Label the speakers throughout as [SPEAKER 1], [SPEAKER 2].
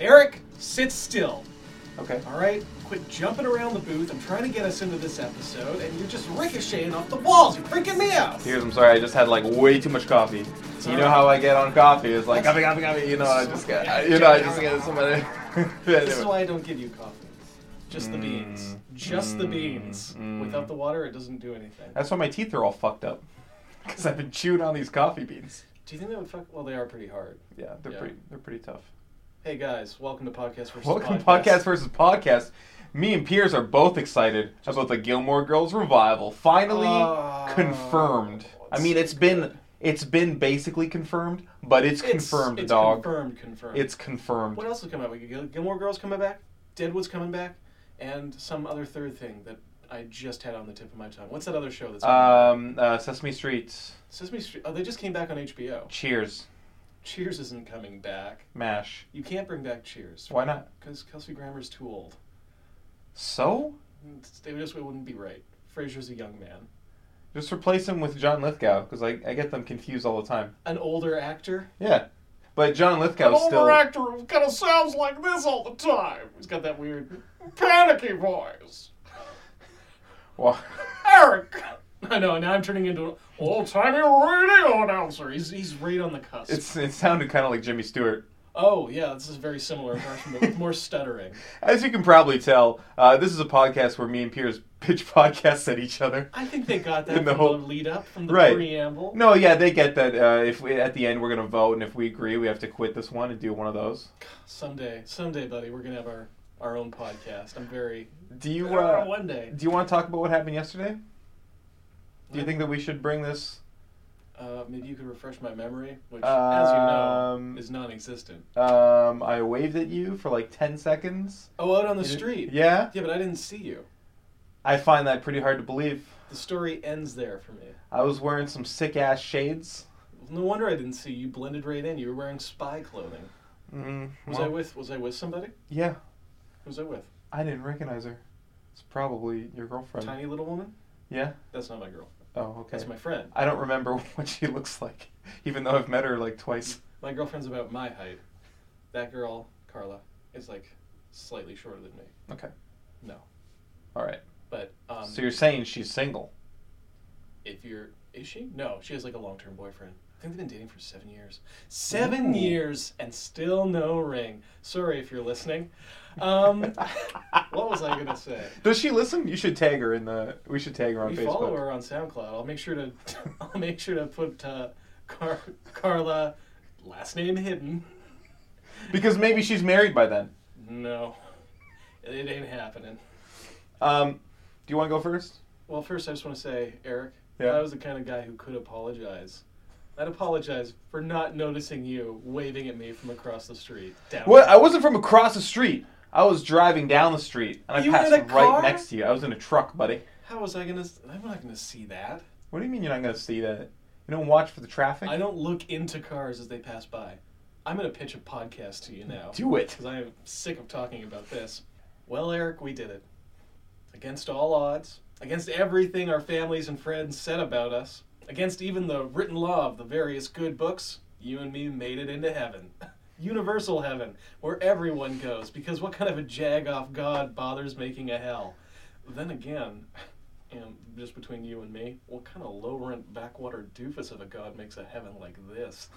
[SPEAKER 1] Eric, sit still.
[SPEAKER 2] Okay.
[SPEAKER 1] All right, quit jumping around the booth. I'm trying to get us into this episode, and you're just ricocheting off the walls. You're freaking me out.
[SPEAKER 2] Here's, I'm sorry, I just had like way too much coffee. you know how I get on coffee? It's like coffee, coffee, coffee. You know, I just get, I- you know, I just get somebody.
[SPEAKER 1] This is why I don't give you coffee. Just
[SPEAKER 2] Mm,
[SPEAKER 1] the beans. Just the beans. Without the water, it doesn't do anything.
[SPEAKER 2] That's why my teeth are all fucked up. Because I've been chewing on these coffee beans.
[SPEAKER 1] Do you think that would fuck? Well, they are pretty hard.
[SPEAKER 2] Yeah, they're
[SPEAKER 1] Yeah.
[SPEAKER 2] pretty. They're pretty tough.
[SPEAKER 1] Hey guys, welcome to podcast versus
[SPEAKER 2] Welcome to
[SPEAKER 1] podcast.
[SPEAKER 2] podcast versus podcast. Me and Piers are both excited about the Gilmore Girls revival finally
[SPEAKER 1] Oh,
[SPEAKER 2] confirmed. I mean, it's been it's been basically confirmed, but it's,
[SPEAKER 1] It's-
[SPEAKER 2] confirmed,
[SPEAKER 1] it's
[SPEAKER 2] dog.
[SPEAKER 1] Confirmed. Confirmed.
[SPEAKER 2] It's confirmed.
[SPEAKER 1] What else is coming out? We got Gil- Gilmore Girls coming back, Deadwood's coming back, and some other third thing that I just had on the tip of my tongue. What's that other show that's on?
[SPEAKER 2] Um, uh, Sesame Street.
[SPEAKER 1] Sesame Street? Oh, they just came back on HBO.
[SPEAKER 2] Cheers.
[SPEAKER 1] Cheers isn't coming back.
[SPEAKER 2] Mash.
[SPEAKER 1] You can't bring back Cheers
[SPEAKER 2] Why not?
[SPEAKER 1] because Kelsey Grammer's too old.
[SPEAKER 2] So
[SPEAKER 1] It's- They just it wouldn't be right. Frasier's a young man,
[SPEAKER 2] just replace him with John Lithgow because I, I get them confused all the time.
[SPEAKER 1] an older actor.
[SPEAKER 2] Yeah, but John Lithgow still.
[SPEAKER 1] actor who kind of sounds like this all the time. He's got that weird panicky voice.
[SPEAKER 2] Wha-
[SPEAKER 1] Eric. I know. Now I'm turning into an old-timey radio announcer. He's he's right on the cusp.
[SPEAKER 2] it's it sounded kind of like Jimmy Stewart.
[SPEAKER 1] Oh yeah, this is a very similar impression, but with more stuttering.
[SPEAKER 2] As you can probably tell, uh, this is a podcast where me and Piers pitch podcasts at each other.
[SPEAKER 1] I think they got that
[SPEAKER 2] In
[SPEAKER 1] from
[SPEAKER 2] the
[SPEAKER 1] the
[SPEAKER 2] whole-
[SPEAKER 1] lead up, from the
[SPEAKER 2] Right.
[SPEAKER 1] preamble.
[SPEAKER 2] No, yeah, they get that. Uh, if we, at the end we're gonna vote, and if we agree, we have to quit this one and do one of those.
[SPEAKER 1] Someday, someday, buddy, we're gonna have our our own podcast. I'm very.
[SPEAKER 2] Do you
[SPEAKER 1] Uh,
[SPEAKER 2] uh,
[SPEAKER 1] one day.
[SPEAKER 2] do you want to talk about what happened yesterday? Do you think that we should bring this?
[SPEAKER 1] Uh, maybe you could refresh my memory, which, as you know,
[SPEAKER 2] Um,
[SPEAKER 1] is non-existent.
[SPEAKER 2] Um, I waved at you for like ten seconds.
[SPEAKER 1] Oh, out on the
[SPEAKER 2] You did-
[SPEAKER 1] street.
[SPEAKER 2] Yeah,
[SPEAKER 1] Yeah, but I didn't see you.
[SPEAKER 2] I find that pretty hard to believe.
[SPEAKER 1] The story ends there for me.
[SPEAKER 2] I was wearing some sick ass shades.
[SPEAKER 1] No wonder I didn't see you. You Blended right in. You were wearing spy clothing.
[SPEAKER 2] Mm,
[SPEAKER 1] Was
[SPEAKER 2] well,
[SPEAKER 1] I with? Was I with somebody?
[SPEAKER 2] Yeah,
[SPEAKER 1] Who was I with?
[SPEAKER 2] I didn't recognize her. It's probably your girlfriend.
[SPEAKER 1] Tiny little woman.
[SPEAKER 2] Yeah.
[SPEAKER 1] That's not my girl.
[SPEAKER 2] Oh, okay.
[SPEAKER 1] That's my friend.
[SPEAKER 2] I don't remember what she looks like, even though I've met her like twice.
[SPEAKER 1] My girlfriend's about my height. That girl, Carla, is like slightly shorter than me.
[SPEAKER 2] Okay.
[SPEAKER 1] No.
[SPEAKER 2] All right.
[SPEAKER 1] But um,
[SPEAKER 2] so you're saying she's single?
[SPEAKER 1] if you're is she no she has like a long-term boyfriend i think they've been dating for seven years seven years and still no ring sorry if you're listening um what was i gonna say
[SPEAKER 2] Does she listen? You should tag her in the. We should tag her on
[SPEAKER 1] we
[SPEAKER 2] Facebook.
[SPEAKER 1] follow her on soundcloud i'll make sure to i'll make sure to put uh, Car- carla last name hidden
[SPEAKER 2] Because maybe she's married by then.
[SPEAKER 1] no it ain't happening
[SPEAKER 2] Um, do you want to go first?
[SPEAKER 1] well first i just want to say eric
[SPEAKER 2] Yeah.
[SPEAKER 1] i was the kind of guy who could apologize I'd apologize for not noticing you waving at me from across the street. Down
[SPEAKER 2] What? I wasn't from across the street. I was driving down the street, and I
[SPEAKER 1] You were
[SPEAKER 2] passed
[SPEAKER 1] in a
[SPEAKER 2] right
[SPEAKER 1] car?
[SPEAKER 2] next to you. I was in a truck, buddy.
[SPEAKER 1] How was I gonna? s- I'm not gonna see that.
[SPEAKER 2] What do you mean you're not gonna see that? You don't watch for the traffic?
[SPEAKER 1] I don't look into cars as they pass by. I'm gonna pitch a podcast to you now
[SPEAKER 2] Do it.
[SPEAKER 1] because I am sick of talking about this. Well, Eric, we did it. Against all odds, against everything our families and friends said about us, against even the written law of the various good books, you and me made it into heaven. Universal heaven, where everyone goes, because what kind of a jag off God bothers making a hell? Then again, and just between you and me, what kind of low rent backwater doofus of a god makes a heaven like this?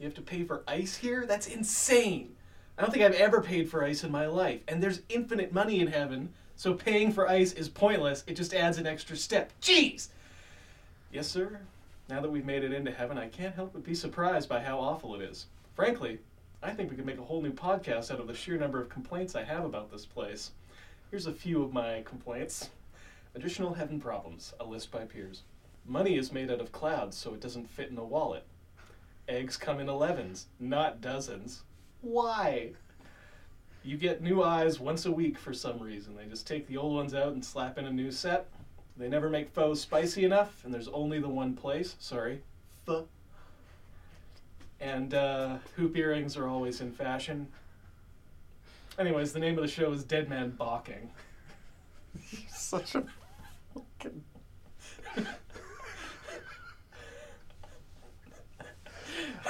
[SPEAKER 1] You have to pay for ice here? That's insane! I don't think I've ever paid for ice in my life, and there's infinite money in heaven, so paying for ice is pointless. It just adds an extra step. Jeez! Yes, sir. Now that we've made it into heaven, I can't help but be surprised by how awful it is. Frankly, I think we could make a whole new podcast out of the sheer number of complaints I have about this place. Here's a few of my complaints. Additional heaven problems, a list by peers. Money is made out of clouds, so it doesn't fit in a wallet. Eggs come in elevens, not dozens. Why? You get new eyes once a week for some reason. They just take the old ones out and slap in a new set. They never make pho spicy enough, and there's only the one place. Sorry, pho. And uh, hoop earrings are always in fashion. Anyways, the name of the show is Dead Man Balking.
[SPEAKER 2] Such a.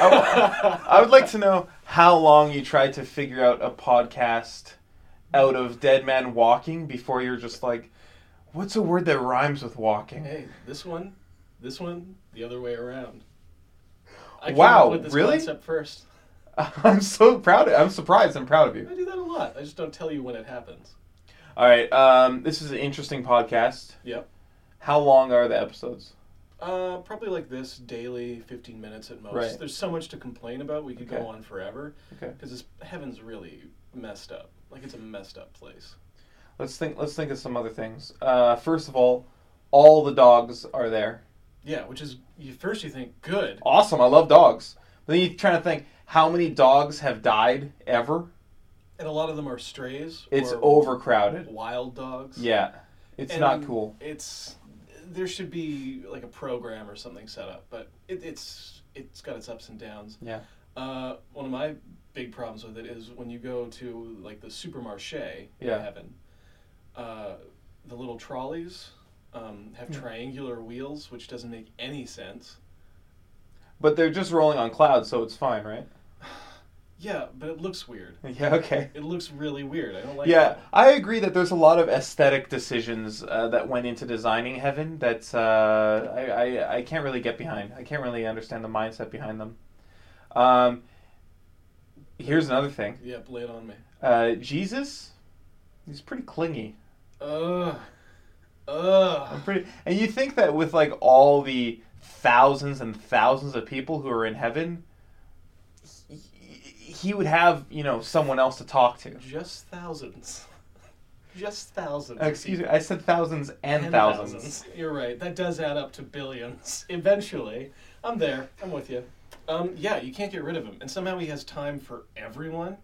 [SPEAKER 2] I, w- I would like to know how long you tried to figure out a podcast out of Dead Man Walking before you're just like, what's a word that rhymes with walking?
[SPEAKER 1] Hey, this one, this one, the other way around. I came
[SPEAKER 2] Wow,
[SPEAKER 1] up with this
[SPEAKER 2] really?
[SPEAKER 1] Concept first.
[SPEAKER 2] I'm so proud. Of, I'm surprised. I'm proud of you.
[SPEAKER 1] I do that a lot. I just don't tell you when it happens.
[SPEAKER 2] All right. Um, this is an interesting podcast.
[SPEAKER 1] Yep.
[SPEAKER 2] How long are the episodes?
[SPEAKER 1] Uh, probably like this daily, fifteen minutes at most.
[SPEAKER 2] Right.
[SPEAKER 1] There's so much to complain about. We could
[SPEAKER 2] Okay.
[SPEAKER 1] go on forever.
[SPEAKER 2] Okay.
[SPEAKER 1] Because this heaven's really messed up. Like it's a messed up place.
[SPEAKER 2] Let's think. Let's think of some other things. Uh, first of all, all the dogs are there.
[SPEAKER 1] Yeah, which is you first you think good.
[SPEAKER 2] Awesome. I love dogs. But then you try to think how many dogs have died ever.
[SPEAKER 1] And a lot of them are strays.
[SPEAKER 2] It's
[SPEAKER 1] or
[SPEAKER 2] overcrowded.
[SPEAKER 1] Wild dogs.
[SPEAKER 2] Yeah. It's
[SPEAKER 1] And
[SPEAKER 2] not cool.
[SPEAKER 1] It's there should be like a program or something set up, but it, it's it's got its ups and downs.
[SPEAKER 2] Yeah.
[SPEAKER 1] Uh, one of my big problems with it is when you go to like the supermarché in
[SPEAKER 2] Yeah.
[SPEAKER 1] heaven, uh, the little trolleys um, have
[SPEAKER 2] Yeah.
[SPEAKER 1] triangular wheels, which doesn't make any sense.
[SPEAKER 2] But they're just rolling on clouds, so it's fine, right?
[SPEAKER 1] Yeah, but it looks weird.
[SPEAKER 2] Yeah. Okay.
[SPEAKER 1] It looks really weird. I don't like.
[SPEAKER 2] Yeah,
[SPEAKER 1] that.
[SPEAKER 2] I agree that there's a lot of aesthetic decisions uh, that went into designing Heaven that uh, I, I, I can't really get behind. I can't really understand the mindset behind them. Um, here's another thing
[SPEAKER 1] Yeah, lay it on me.
[SPEAKER 2] uh, Jesus, he's pretty clingy.
[SPEAKER 1] Ugh. Ugh.
[SPEAKER 2] I'm pretty, and you think that with like all the thousands and thousands of people who are in Heaven, he, he would have, you know, someone else to talk to.
[SPEAKER 1] Just thousands. Just thousands. of
[SPEAKER 2] Excuse me, I said thousands and,
[SPEAKER 1] Ten
[SPEAKER 2] thousands.
[SPEAKER 1] You're right. That does add up to billions. Eventually, I'm there. I'm with you. Um, yeah, you can't get rid of him, and somehow he has time for everyone.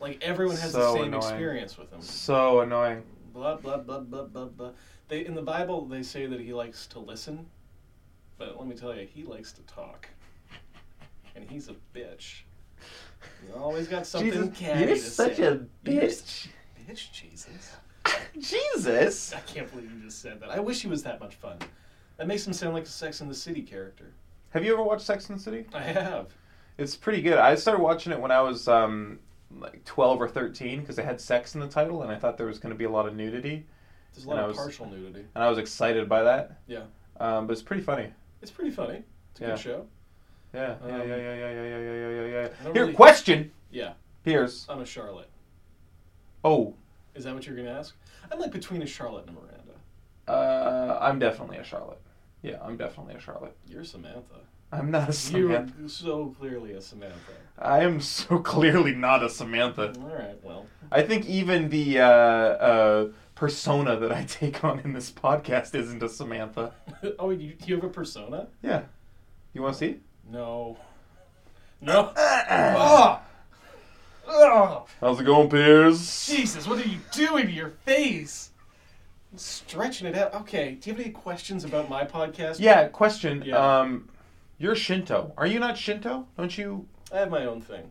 [SPEAKER 1] Like everyone has the
[SPEAKER 2] So
[SPEAKER 1] same
[SPEAKER 2] annoying.
[SPEAKER 1] experience with him.
[SPEAKER 2] So annoying.
[SPEAKER 1] Blah blah blah blah blah blah. They in the Bible they say that he likes to listen, but let me tell you, he likes to talk, and he's a bitch. He always got something catty
[SPEAKER 2] you're
[SPEAKER 1] to
[SPEAKER 2] such
[SPEAKER 1] say.
[SPEAKER 2] a
[SPEAKER 1] You're just-
[SPEAKER 2] bitch.
[SPEAKER 1] bitch, Jesus.
[SPEAKER 2] Jesus.
[SPEAKER 1] I can't believe you just said that. I wish he was that much fun. That makes him sound like a Sex in the City character.
[SPEAKER 2] Have you ever watched Sex and the City?
[SPEAKER 1] I have.
[SPEAKER 2] It's pretty good. I started watching it when I was um, like 12 or 13 because it had sex in the title and I thought there was going to be a lot of nudity
[SPEAKER 1] There's a lot
[SPEAKER 2] And I
[SPEAKER 1] of
[SPEAKER 2] was-
[SPEAKER 1] partial nudity.
[SPEAKER 2] and I was excited by that.
[SPEAKER 1] Yeah.
[SPEAKER 2] Um, but it's pretty funny.
[SPEAKER 1] It's pretty funny. It's a
[SPEAKER 2] Yeah.
[SPEAKER 1] good show.
[SPEAKER 2] Yeah. Yeah,
[SPEAKER 1] Um,
[SPEAKER 2] yeah, yeah, yeah, yeah, yeah, yeah, yeah, yeah,
[SPEAKER 1] I
[SPEAKER 2] yeah.
[SPEAKER 1] don't
[SPEAKER 2] Here,
[SPEAKER 1] really-
[SPEAKER 2] question.
[SPEAKER 1] Yeah.
[SPEAKER 2] Piers.
[SPEAKER 1] I'm a Charlotte.
[SPEAKER 2] Oh,
[SPEAKER 1] Is that what you're gonna ask? I'm like between a Charlotte and a Miranda.
[SPEAKER 2] uh, I'm definitely a Charlotte. Yeah, I'm definitely a Charlotte.
[SPEAKER 1] You're Samantha.
[SPEAKER 2] I'm not a
[SPEAKER 1] You're
[SPEAKER 2] Samantha.
[SPEAKER 1] so clearly a Samantha.
[SPEAKER 2] I am so clearly not a Samantha.
[SPEAKER 1] All right. Well,
[SPEAKER 2] I think even the uh, uh, persona that I take on in this podcast isn't a Samantha.
[SPEAKER 1] oh, you, you have a persona?
[SPEAKER 2] Yeah. You want to see?
[SPEAKER 1] No. No. Ah! Ah!
[SPEAKER 2] How's it going, Piers?
[SPEAKER 1] Jesus, what are you doing to your face? Stretching it out. Okay, do you have any questions about my podcast?
[SPEAKER 2] Yeah, question.
[SPEAKER 1] Yeah.
[SPEAKER 2] Um, you're Shinto. Are you not Shinto? Don't you?
[SPEAKER 1] I have my own thing.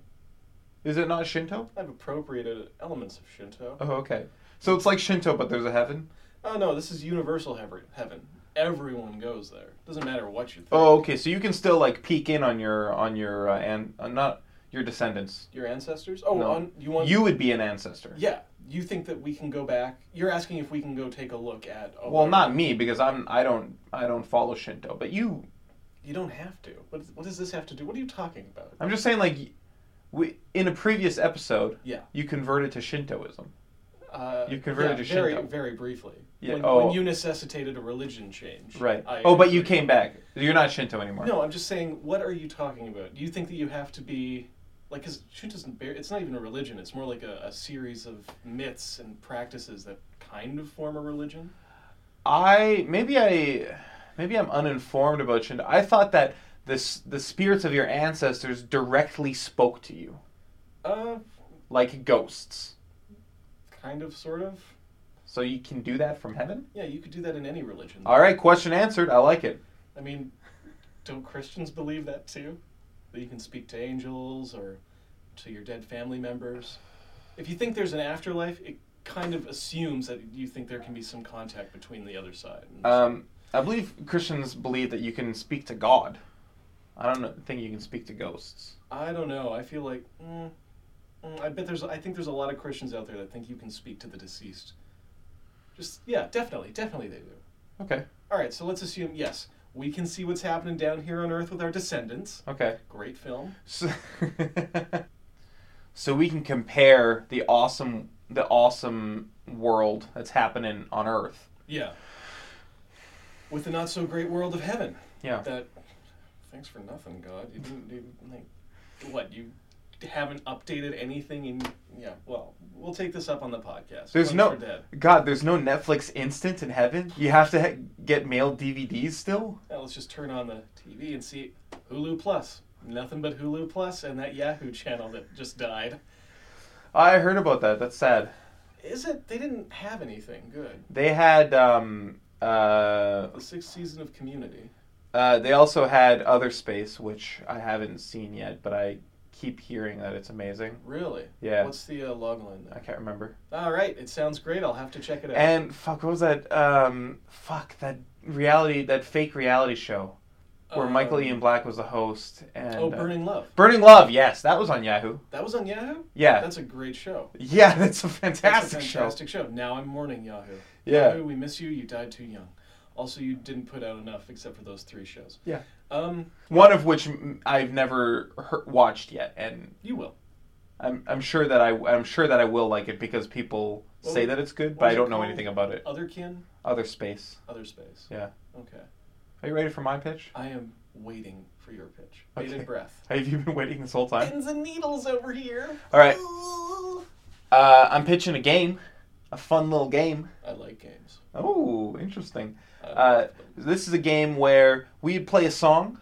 [SPEAKER 2] Is it not Shinto?
[SPEAKER 1] I've appropriated elements of Shinto.
[SPEAKER 2] Oh, okay. So it's like Shinto, but there's a heaven.
[SPEAKER 1] Oh no, this is universal heaven. heaven. Everyone goes there. Doesn't matter what you think.
[SPEAKER 2] Oh, okay. So you can still like peek in on your on your uh, and uh, not your descendants.
[SPEAKER 1] Your ancestors? Oh,
[SPEAKER 2] No.
[SPEAKER 1] on, you want
[SPEAKER 2] You would be an ancestor.
[SPEAKER 1] Yeah, you think that we can go back? You're asking if we can go take a look at. Oh,
[SPEAKER 2] Well, not me because I'm I don't I don't follow Shinto, but you
[SPEAKER 1] You don't have to. What, what does this have to do? What are you talking about?
[SPEAKER 2] I'm just saying, like, we in a previous episode,
[SPEAKER 1] Yeah.
[SPEAKER 2] you converted to Shintoism.
[SPEAKER 1] Uh,
[SPEAKER 2] You converted
[SPEAKER 1] yeah,
[SPEAKER 2] to
[SPEAKER 1] very,
[SPEAKER 2] Shinto.
[SPEAKER 1] very briefly.
[SPEAKER 2] Yeah,
[SPEAKER 1] When,
[SPEAKER 2] oh.
[SPEAKER 1] when you necessitated a religion change.
[SPEAKER 2] Right.
[SPEAKER 1] I
[SPEAKER 2] oh, but you
[SPEAKER 1] agreed.
[SPEAKER 2] came back. You're not Shinto anymore.
[SPEAKER 1] No, I'm just saying. What are you talking about? Do you think that you have to be like? Because doesn't bear. It's not even a religion. It's more like a, a series of myths and practices that kind of form a religion.
[SPEAKER 2] I maybe I maybe I'm uninformed about Shinto. I thought that this the spirits of your ancestors directly spoke to you,
[SPEAKER 1] Uh,
[SPEAKER 2] like ghosts.
[SPEAKER 1] kind of, sort of.
[SPEAKER 2] So you can do that from heaven.
[SPEAKER 1] Yeah, you could do that in any religion.
[SPEAKER 2] All right, question answered. I like it.
[SPEAKER 1] I mean, don't Christians believe that too? That you can speak to angels or to your dead family members? If you think there's an afterlife, it kind of assumes that you think there can be some contact
[SPEAKER 2] Uh,
[SPEAKER 1] between the other side. and-
[SPEAKER 2] Um, I believe Christians believe that you can speak to God. I don't know, think you can speak to ghosts.
[SPEAKER 1] I don't know. I feel like mm, mm, I bet there's I think there's a lot of Christians out there that think you can speak to the deceased. Just yeah, definitely, definitely they do.
[SPEAKER 2] Okay.
[SPEAKER 1] All right, so let's assume yes, we can see what's happening down here on Earth with our descendants.
[SPEAKER 2] Okay.
[SPEAKER 1] Great film.
[SPEAKER 2] So, so we can compare the awesome the awesome world that's happening on Earth.
[SPEAKER 1] Yeah. With the not so great world of heaven.
[SPEAKER 2] Yeah.
[SPEAKER 1] That thanks for nothing, God. You didn't you, like what you haven't updated anything in yeah. Well, we'll take this up on the podcast.
[SPEAKER 2] There's
[SPEAKER 1] Once
[SPEAKER 2] no-
[SPEAKER 1] we're dead.
[SPEAKER 2] God, there's no Netflix instant in heaven. You have to ha- get mail DVDs still.
[SPEAKER 1] Now let's just turn on the TV and see Hulu Plus. Nothing but Hulu Plus and that Yahoo channel that just died.
[SPEAKER 2] I heard about that. That's sad.
[SPEAKER 1] Is it? They didn't have anything good.
[SPEAKER 2] They had um uh
[SPEAKER 1] The sixth season of Community.
[SPEAKER 2] uh they also had Other Space, which I haven't seen yet, but I keep hearing that it's amazing.
[SPEAKER 1] Really?
[SPEAKER 2] Yeah.
[SPEAKER 1] What's the uh, log line
[SPEAKER 2] I
[SPEAKER 1] there?
[SPEAKER 2] can't remember.
[SPEAKER 1] All right, it sounds great. I'll have to check it out.
[SPEAKER 2] And fuck, what was that? Um, fuck that reality, that fake reality show where
[SPEAKER 1] Um,
[SPEAKER 2] Michael Ian Black was the host. And
[SPEAKER 1] Oh,
[SPEAKER 2] uh,
[SPEAKER 1] Burning Love.
[SPEAKER 2] Burning Love. Yes, that was on Yahoo.
[SPEAKER 1] That was on Yahoo?
[SPEAKER 2] Yeah,
[SPEAKER 1] That's a great show.
[SPEAKER 2] yeah, that's a
[SPEAKER 1] That's
[SPEAKER 2] fantastic,
[SPEAKER 1] a
[SPEAKER 2] show.
[SPEAKER 1] fantastic show. Now I'm mourning Yahoo.
[SPEAKER 2] Yeah,
[SPEAKER 1] Yahoo, we miss you. You died too young. Also, you didn't put out enough except for those three shows.
[SPEAKER 2] Yeah.
[SPEAKER 1] Um,
[SPEAKER 2] one of which mm, I've never heard, watched yet, and
[SPEAKER 1] you will.
[SPEAKER 2] I'm I'm sure that I I'm sure that I will like it because people
[SPEAKER 1] What
[SPEAKER 2] say
[SPEAKER 1] was-
[SPEAKER 2] that it's good,
[SPEAKER 1] what
[SPEAKER 2] but
[SPEAKER 1] was
[SPEAKER 2] I
[SPEAKER 1] it
[SPEAKER 2] don't know
[SPEAKER 1] called?
[SPEAKER 2] anything about it.
[SPEAKER 1] Other kin,
[SPEAKER 2] Other space.
[SPEAKER 1] other space.
[SPEAKER 2] Yeah.
[SPEAKER 1] Okay.
[SPEAKER 2] Are you ready for my pitch?
[SPEAKER 1] I am waiting for your pitch.
[SPEAKER 2] Okay.
[SPEAKER 1] Bated breath.
[SPEAKER 2] Have you been waiting this whole time?
[SPEAKER 1] Pins and needles over here.
[SPEAKER 2] All right.
[SPEAKER 1] Ooh.
[SPEAKER 2] Uh, I'm pitching a game, a fun little game.
[SPEAKER 1] I like games.
[SPEAKER 2] Oh, interesting.
[SPEAKER 1] I
[SPEAKER 2] Uh,
[SPEAKER 1] love them.
[SPEAKER 2] this is a game where we play a song,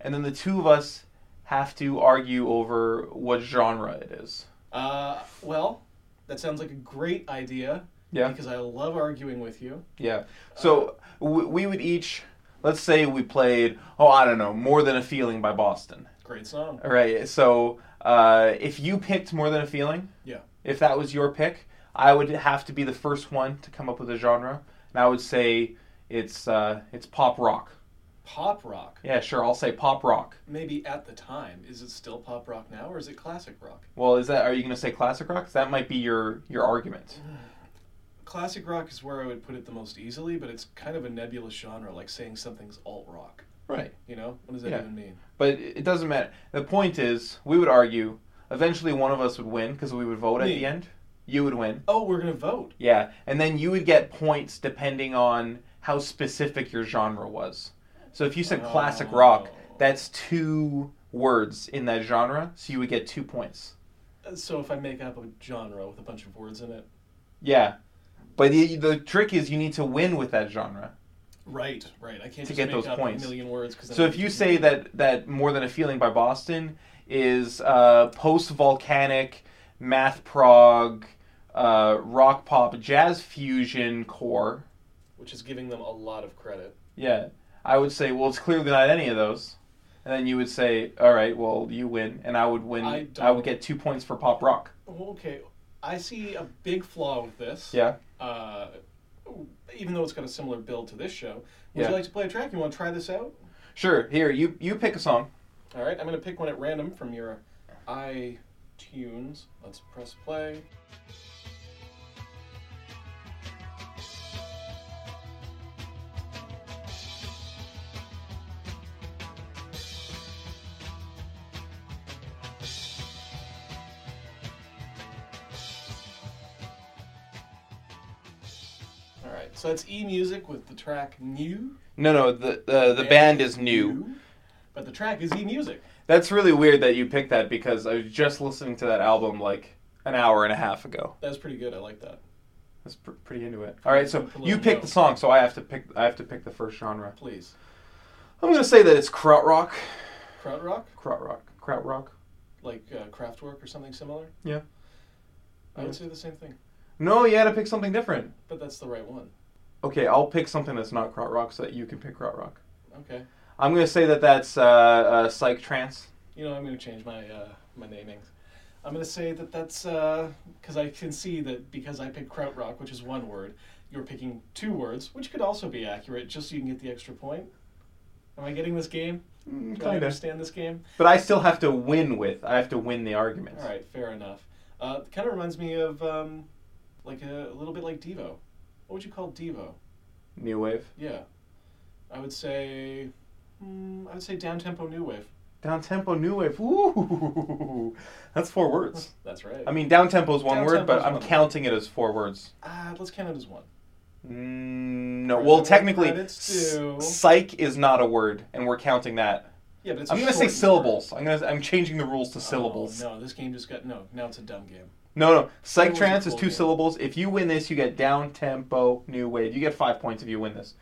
[SPEAKER 2] and then the two of us have to argue over what genre it is.
[SPEAKER 1] Uh, well, that sounds like a great idea.
[SPEAKER 2] Yeah.
[SPEAKER 1] Because I love arguing with you.
[SPEAKER 2] Yeah. So w- we would each, let's say we played, oh, I don't know, More Than a Feeling by Boston.
[SPEAKER 1] Great song.
[SPEAKER 2] All right. So uh, if you picked More Than a Feeling,
[SPEAKER 1] Yeah.
[SPEAKER 2] if that was your pick, I would have to be the first one to come up with a genre, and I would say it's uh, it's pop rock.
[SPEAKER 1] Pop rock.
[SPEAKER 2] Yeah, sure. I'll say pop rock.
[SPEAKER 1] Maybe at the time, is it still pop rock now, or is it classic rock?
[SPEAKER 2] Well, is that are you going to say classic rock? 'Cause That might be your your argument.
[SPEAKER 1] Classic rock is where I would put it the most easily, but it's kind of a nebulous genre, like saying something's alt rock.
[SPEAKER 2] Right.
[SPEAKER 1] You know, what does that
[SPEAKER 2] Yeah.
[SPEAKER 1] even mean?
[SPEAKER 2] But it it doesn't matter. The point is, we would argue. Eventually, one of us would win because we would vote at
[SPEAKER 1] Me.
[SPEAKER 2] the end. You would win.
[SPEAKER 1] Oh, we're gonna vote.
[SPEAKER 2] Yeah, and then you would get points depending on how specific your genre was. So if you said classic rock,
[SPEAKER 1] Oh.
[SPEAKER 2] that's two words in that genre, so you would get two points.
[SPEAKER 1] Uh, So if I make up a genre with a bunch of words in it,
[SPEAKER 2] Yeah. But the, the trick is you need to win with that genre.
[SPEAKER 1] right, right. I can't
[SPEAKER 2] To
[SPEAKER 1] just
[SPEAKER 2] get
[SPEAKER 1] make
[SPEAKER 2] those
[SPEAKER 1] up
[SPEAKER 2] points.
[SPEAKER 1] a million words. Cause then
[SPEAKER 2] So
[SPEAKER 1] I
[SPEAKER 2] if you
[SPEAKER 1] would-
[SPEAKER 2] say that that more than a feeling by Boston is uh, post volcanic math prog uh, rock pop jazz fusion core,
[SPEAKER 1] which is giving them a lot of credit.
[SPEAKER 2] yeah, I would say well it's clearly not any of those, and then you would say all right well you win and I would win
[SPEAKER 1] I
[SPEAKER 2] I,
[SPEAKER 1] don't-
[SPEAKER 2] would get two points for pop rock
[SPEAKER 1] Oh, Okay, I see a big flaw with this.
[SPEAKER 2] yeah
[SPEAKER 1] Uh, even though it's got a similar build to this show, would
[SPEAKER 2] Yeah.
[SPEAKER 1] you like to play a track? You want to try this out?
[SPEAKER 2] sure here you you pick a song
[SPEAKER 1] All right, I'm gonna pick one at random from your iTunes. Let's press play. All right, so it's E Music with the track New.
[SPEAKER 2] no no the the, the band is new
[SPEAKER 1] but the track is E Music.
[SPEAKER 2] that's really weird that you picked that because I was just listening to that album like an hour and a half ago.
[SPEAKER 1] That was pretty good. I like that.
[SPEAKER 2] That's pr- pretty into it. All right, so
[SPEAKER 1] Put a
[SPEAKER 2] you
[SPEAKER 1] little
[SPEAKER 2] pick
[SPEAKER 1] note.
[SPEAKER 2] the song, so I have to pick. I have to pick the first genre.
[SPEAKER 1] Please.
[SPEAKER 2] I'm gonna say that it's krautrock,
[SPEAKER 1] Krautrock?
[SPEAKER 2] krautrock, krautrock.
[SPEAKER 1] Like uh, Kraftwerk or something similar?
[SPEAKER 2] Yeah.
[SPEAKER 1] I
[SPEAKER 2] Yeah.
[SPEAKER 1] would say the same thing,
[SPEAKER 2] No, you had to pick something different.
[SPEAKER 1] but that's the right one.
[SPEAKER 2] Okay, I'll pick something that's not krautrock, so that you can pick krautrock.
[SPEAKER 1] Okay.
[SPEAKER 2] I'm gonna say that that's uh, uh, psych trance.
[SPEAKER 1] You know, I'm going to change my uh, my namings. I'm going to say that that's because I can see that because I picked Krautrock, which is one word, you're picking two words, which could also be accurate, just so you can get the extra point. Am I getting this game?
[SPEAKER 2] Mm,
[SPEAKER 1] Do I
[SPEAKER 2] kind of.
[SPEAKER 1] understand this game?
[SPEAKER 2] But I still have to win with. I have to win the arguments.
[SPEAKER 1] All right, fair enough. Uh, kind of reminds me of um, like a, a little bit like Devo. What would you call Devo?
[SPEAKER 2] New wave,
[SPEAKER 1] Yeah, I would say, mm, I would say down tempo new wave.
[SPEAKER 2] down tempo, new wave. Ooh, that's four words.
[SPEAKER 1] That's right.
[SPEAKER 2] I mean, down tempo is one word, but
[SPEAKER 1] Downtempo's
[SPEAKER 2] I'm
[SPEAKER 1] one.
[SPEAKER 2] counting it as four words.
[SPEAKER 1] uh, let's count it as one.
[SPEAKER 2] Mm, no,
[SPEAKER 1] For
[SPEAKER 2] well,
[SPEAKER 1] the
[SPEAKER 2] technically,
[SPEAKER 1] credits
[SPEAKER 2] s-
[SPEAKER 1] due.
[SPEAKER 2] psych is not a word, and we're counting that.
[SPEAKER 1] Yeah, but it's. a
[SPEAKER 2] I'm gonna say
[SPEAKER 1] shortened
[SPEAKER 2] syllables. I'm gonna. I'm changing the rules to
[SPEAKER 1] word.
[SPEAKER 2] syllables.
[SPEAKER 1] Oh, no, this game just got no. Now it's a dumb game.
[SPEAKER 2] No, no. Psych
[SPEAKER 1] Syllables
[SPEAKER 2] trance
[SPEAKER 1] are
[SPEAKER 2] is
[SPEAKER 1] full
[SPEAKER 2] two
[SPEAKER 1] game.
[SPEAKER 2] syllables. If you win this, you get down tempo, new wave. You get five points if you win this.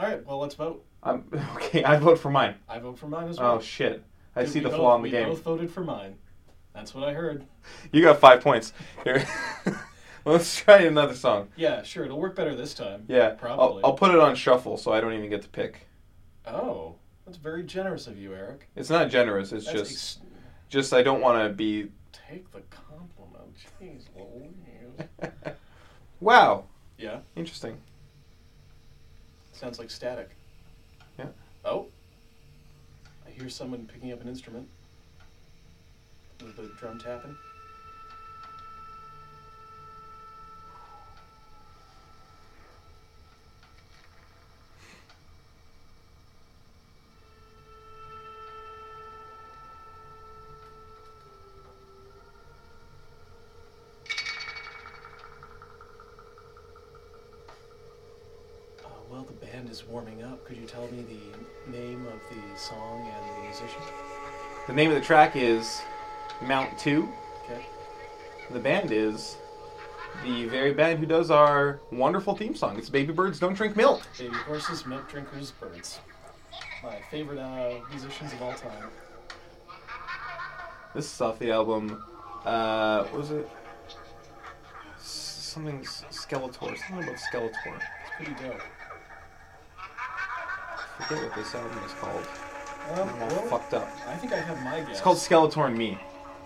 [SPEAKER 1] All right, well let's vote.
[SPEAKER 2] I'm, okay, I vote for mine.
[SPEAKER 1] I vote for mine as well.
[SPEAKER 2] Oh shit! I
[SPEAKER 1] Dude,
[SPEAKER 2] see
[SPEAKER 1] we
[SPEAKER 2] the
[SPEAKER 1] both-
[SPEAKER 2] flaw in
[SPEAKER 1] We
[SPEAKER 2] the game.
[SPEAKER 1] both voted for mine. That's what I heard.
[SPEAKER 2] You got five points. Here, let's try another song.
[SPEAKER 1] Yeah, sure, it'll work better this time.
[SPEAKER 2] Yeah,
[SPEAKER 1] Probably.
[SPEAKER 2] I'll, I'll put it on shuffle, so I don't even get to pick.
[SPEAKER 1] Oh, that's very generous of you, Eric.
[SPEAKER 2] It's not generous. It's
[SPEAKER 1] That's
[SPEAKER 2] just,
[SPEAKER 1] ex-
[SPEAKER 2] just I don't want to be.
[SPEAKER 1] Take the compliment. Jeez Louise.
[SPEAKER 2] wow,
[SPEAKER 1] yeah,
[SPEAKER 2] interesting.
[SPEAKER 1] sounds like static.
[SPEAKER 2] Yeah.
[SPEAKER 1] Oh. I hear someone picking up an instrument. With the drum tapping. Uh, well, the band is warming up. Could you tell me the name of the song and the musician?
[SPEAKER 2] The name of the track is Mount Two.
[SPEAKER 1] Okay.
[SPEAKER 2] The band is the very band who does our wonderful theme song. It's Baby Birds Don't Drink Milk.
[SPEAKER 1] Baby horses, milk drinkers, birds. My favorite uh, musicians of all time.
[SPEAKER 2] This is off the album. Uh, what was it? S- Something S- Skeletor. Something about Skeletor.
[SPEAKER 1] It's pretty dope.
[SPEAKER 2] I forget what this album is called.
[SPEAKER 1] Um,
[SPEAKER 2] I'm all
[SPEAKER 1] well,
[SPEAKER 2] fucked up.
[SPEAKER 1] I think I have my guess.
[SPEAKER 2] It's called Skeletor and Me.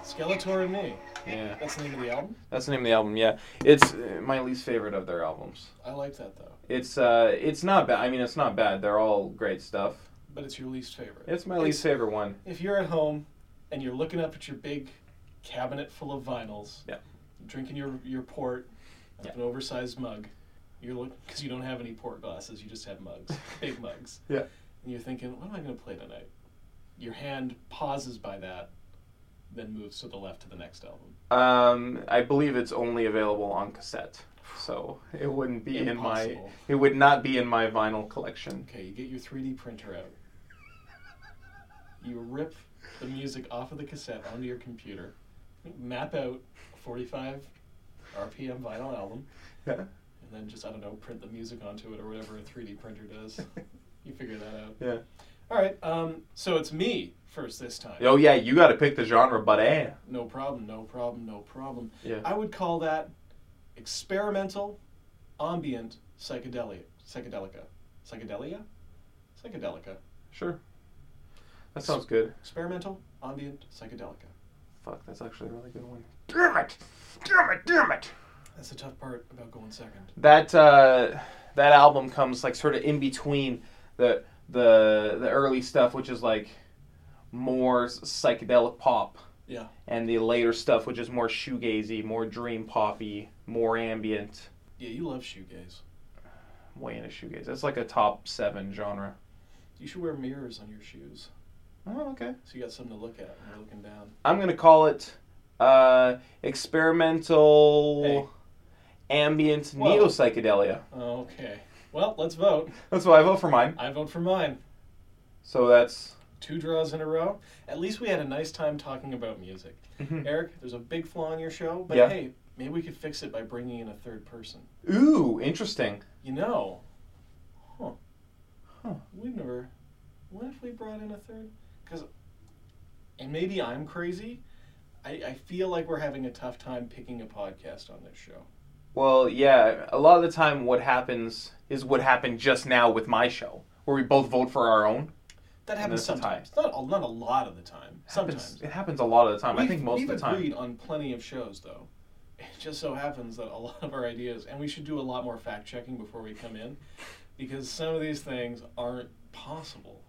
[SPEAKER 1] Skeletor and Me.
[SPEAKER 2] Yeah,
[SPEAKER 1] That's the name of the album.
[SPEAKER 2] that's the name of the album. Yeah, it's uh, my least favorite of their albums.
[SPEAKER 1] I like that though.
[SPEAKER 2] It's uh, it's not bad. I mean, it's not bad. They're all great stuff.
[SPEAKER 1] But it's your least favorite.
[SPEAKER 2] It's my least favorite one.
[SPEAKER 1] If you're at home and you're looking up at your big cabinet full of vinyls,
[SPEAKER 2] Yeah.
[SPEAKER 1] drinking your your port out
[SPEAKER 2] Yeah.
[SPEAKER 1] of an oversized mug, you're looking because you don't have any port glasses, you just have mugs, big mugs.
[SPEAKER 2] Yeah.
[SPEAKER 1] And you're thinking, what am I going to play tonight? Your hand pauses by that, then moves to the left to the next album.
[SPEAKER 2] Um, I believe it's only available on cassette, so it wouldn't be in my.
[SPEAKER 1] Impossible.
[SPEAKER 2] It would not be in my vinyl collection.
[SPEAKER 1] Okay, you get your 3D printer out. You rip the music off of the cassette onto your computer, map out a 45 RPM vinyl album.
[SPEAKER 2] Yeah.
[SPEAKER 1] and then just I don't know, print the music onto it or whatever a 3D printer does. you figure that out.
[SPEAKER 2] Yeah.
[SPEAKER 1] All right. Um, so it's me first this time.
[SPEAKER 2] Oh yeah, you got to pick the genre, but eh.
[SPEAKER 1] No problem. No problem. No problem.
[SPEAKER 2] Yeah.
[SPEAKER 1] I would call that experimental, ambient psychedelia, psychedelica, psychedelia, psychedelica,
[SPEAKER 2] Sure. That sounds good.
[SPEAKER 1] experimental, ambient psychedelica.
[SPEAKER 2] Fuck, that's actually a really good one. Damn it! Damn it! Damn it!
[SPEAKER 1] That's the tough part about going second.
[SPEAKER 2] That uh, that album comes like sort of in between the the the early stuff, which is like more s- psychedelic pop,
[SPEAKER 1] Yeah.
[SPEAKER 2] and the later stuff, which is more shoegazy, more dream poppy, more ambient.
[SPEAKER 1] Yeah, you love shoegaze.
[SPEAKER 2] I'm way into shoegaze. That's like a top seven genre.
[SPEAKER 1] You should wear mirrors on your shoes
[SPEAKER 2] Oh, okay.
[SPEAKER 1] so you got something to look at when you're looking down.
[SPEAKER 2] I'm gonna call it uh, experimental ambient
[SPEAKER 1] Whoa.
[SPEAKER 2] neo psychedelia.
[SPEAKER 1] Okay. Well, let's vote.
[SPEAKER 2] That's why I vote for mine.
[SPEAKER 1] I vote for mine.
[SPEAKER 2] So that's
[SPEAKER 1] Two draws in a row. At least we had a nice time talking about music. Eric, there's a big flaw in your show, but
[SPEAKER 2] Yeah.
[SPEAKER 1] hey, maybe we could fix it by bringing in a third person.
[SPEAKER 2] ooh interesting.
[SPEAKER 1] You know, huh?
[SPEAKER 2] Huh.
[SPEAKER 1] We never. What if we brought in a third? Because, and maybe I'm crazy. I, I feel like we're having a tough time picking a podcast on this show.
[SPEAKER 2] Well, yeah, a lot of the time what happens is what happened just now with my show, where we both vote for our own.
[SPEAKER 1] That happens
[SPEAKER 2] that's a tie.
[SPEAKER 1] sometimes. Not a, not a lot of the time.
[SPEAKER 2] It happens-
[SPEAKER 1] Sometimes.
[SPEAKER 2] it happens a lot of the time. Um, I
[SPEAKER 1] We've-
[SPEAKER 2] think most of
[SPEAKER 1] we've
[SPEAKER 2] the time.
[SPEAKER 1] agreed on plenty of shows, though. It just so happens that a lot of our ideas, and we should do a lot more fact checking before we come in, because some of these things aren't possible.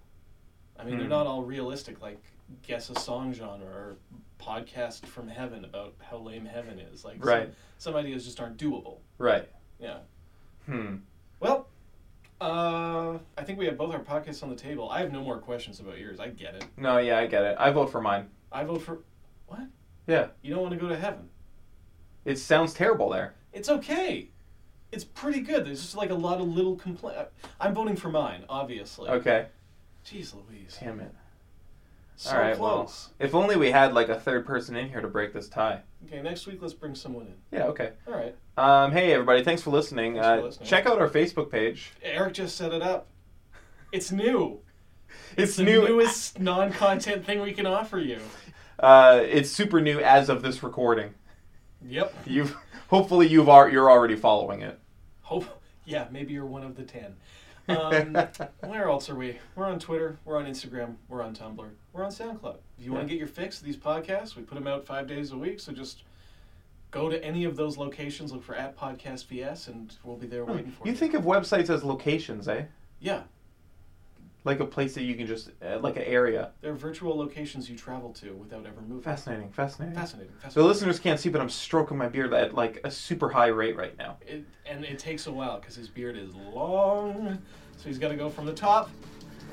[SPEAKER 1] I mean, they're
[SPEAKER 2] Hmm.
[SPEAKER 1] not all realistic. Like guess a song genre or podcast from heaven about how lame heaven is. Like some-
[SPEAKER 2] Right.
[SPEAKER 1] some ideas just aren't doable.
[SPEAKER 2] Right.
[SPEAKER 1] Yeah.
[SPEAKER 2] Hmm.
[SPEAKER 1] Well, uh, I think we have both our podcasts on the table. I have no more questions about yours. I get it.
[SPEAKER 2] No, yeah, I get it. I vote for mine.
[SPEAKER 1] I vote for what?
[SPEAKER 2] Yeah.
[SPEAKER 1] You don't want to go to heaven.
[SPEAKER 2] It sounds terrible there.
[SPEAKER 1] It's okay. It's pretty good. There's just like a lot of little complaint. I'm voting for mine, obviously.
[SPEAKER 2] Okay.
[SPEAKER 1] Jeez Louise.
[SPEAKER 2] Damn it.
[SPEAKER 1] So
[SPEAKER 2] All right.
[SPEAKER 1] close.
[SPEAKER 2] Well, if only we had like a third person in here to break this tie.
[SPEAKER 1] Okay, next week let's bring someone in.
[SPEAKER 2] Yeah. Okay.
[SPEAKER 1] All right.
[SPEAKER 2] Um, hey everybody, thanks for listening.
[SPEAKER 1] Thanks for
[SPEAKER 2] uh,
[SPEAKER 1] listening.
[SPEAKER 2] Check out our Facebook page.
[SPEAKER 1] Eric just set it up. It's new.
[SPEAKER 2] It's
[SPEAKER 1] the
[SPEAKER 2] new.
[SPEAKER 1] newest non-content thing we can offer you.
[SPEAKER 2] Uh, it's super new as of this recording.
[SPEAKER 1] Yep.
[SPEAKER 2] You've hopefully you've are you're already following it.
[SPEAKER 1] Hope. Yeah, maybe you're one of the ten. Um, where else are we? We're on Twitter. We're on Instagram. We're on Tumblr. We're on SoundCloud. If you want
[SPEAKER 2] Yeah.
[SPEAKER 1] to get your fix of these podcasts, we put them out five days a week. So just go to any of those locations. Look for at podcast vs, and we'll be there waiting for you.
[SPEAKER 2] You think of websites as locations, eh?
[SPEAKER 1] Yeah,
[SPEAKER 2] Like a place that you can just uh, like an area.
[SPEAKER 1] they're virtual locations you travel to without ever moving.
[SPEAKER 2] Fascinating. Fascinating.
[SPEAKER 1] Fascinating.
[SPEAKER 2] The
[SPEAKER 1] Fascinating.
[SPEAKER 2] listeners can't see, but I'm stroking my beard at like a super high rate right now.
[SPEAKER 1] It, and it takes a while because his beard is long. So he's got to go from the top,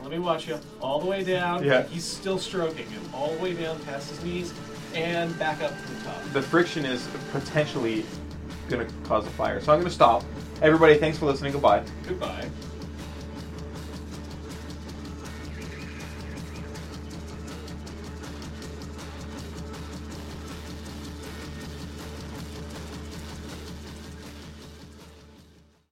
[SPEAKER 1] let me watch you, all the way down.
[SPEAKER 2] Yeah.
[SPEAKER 1] He's still stroking him, all the way down past his knees, and back up to the top.
[SPEAKER 2] The friction is potentially going to cause a fire. So I'm going to stop. Everybody, thanks for listening. Goodbye.
[SPEAKER 1] Goodbye.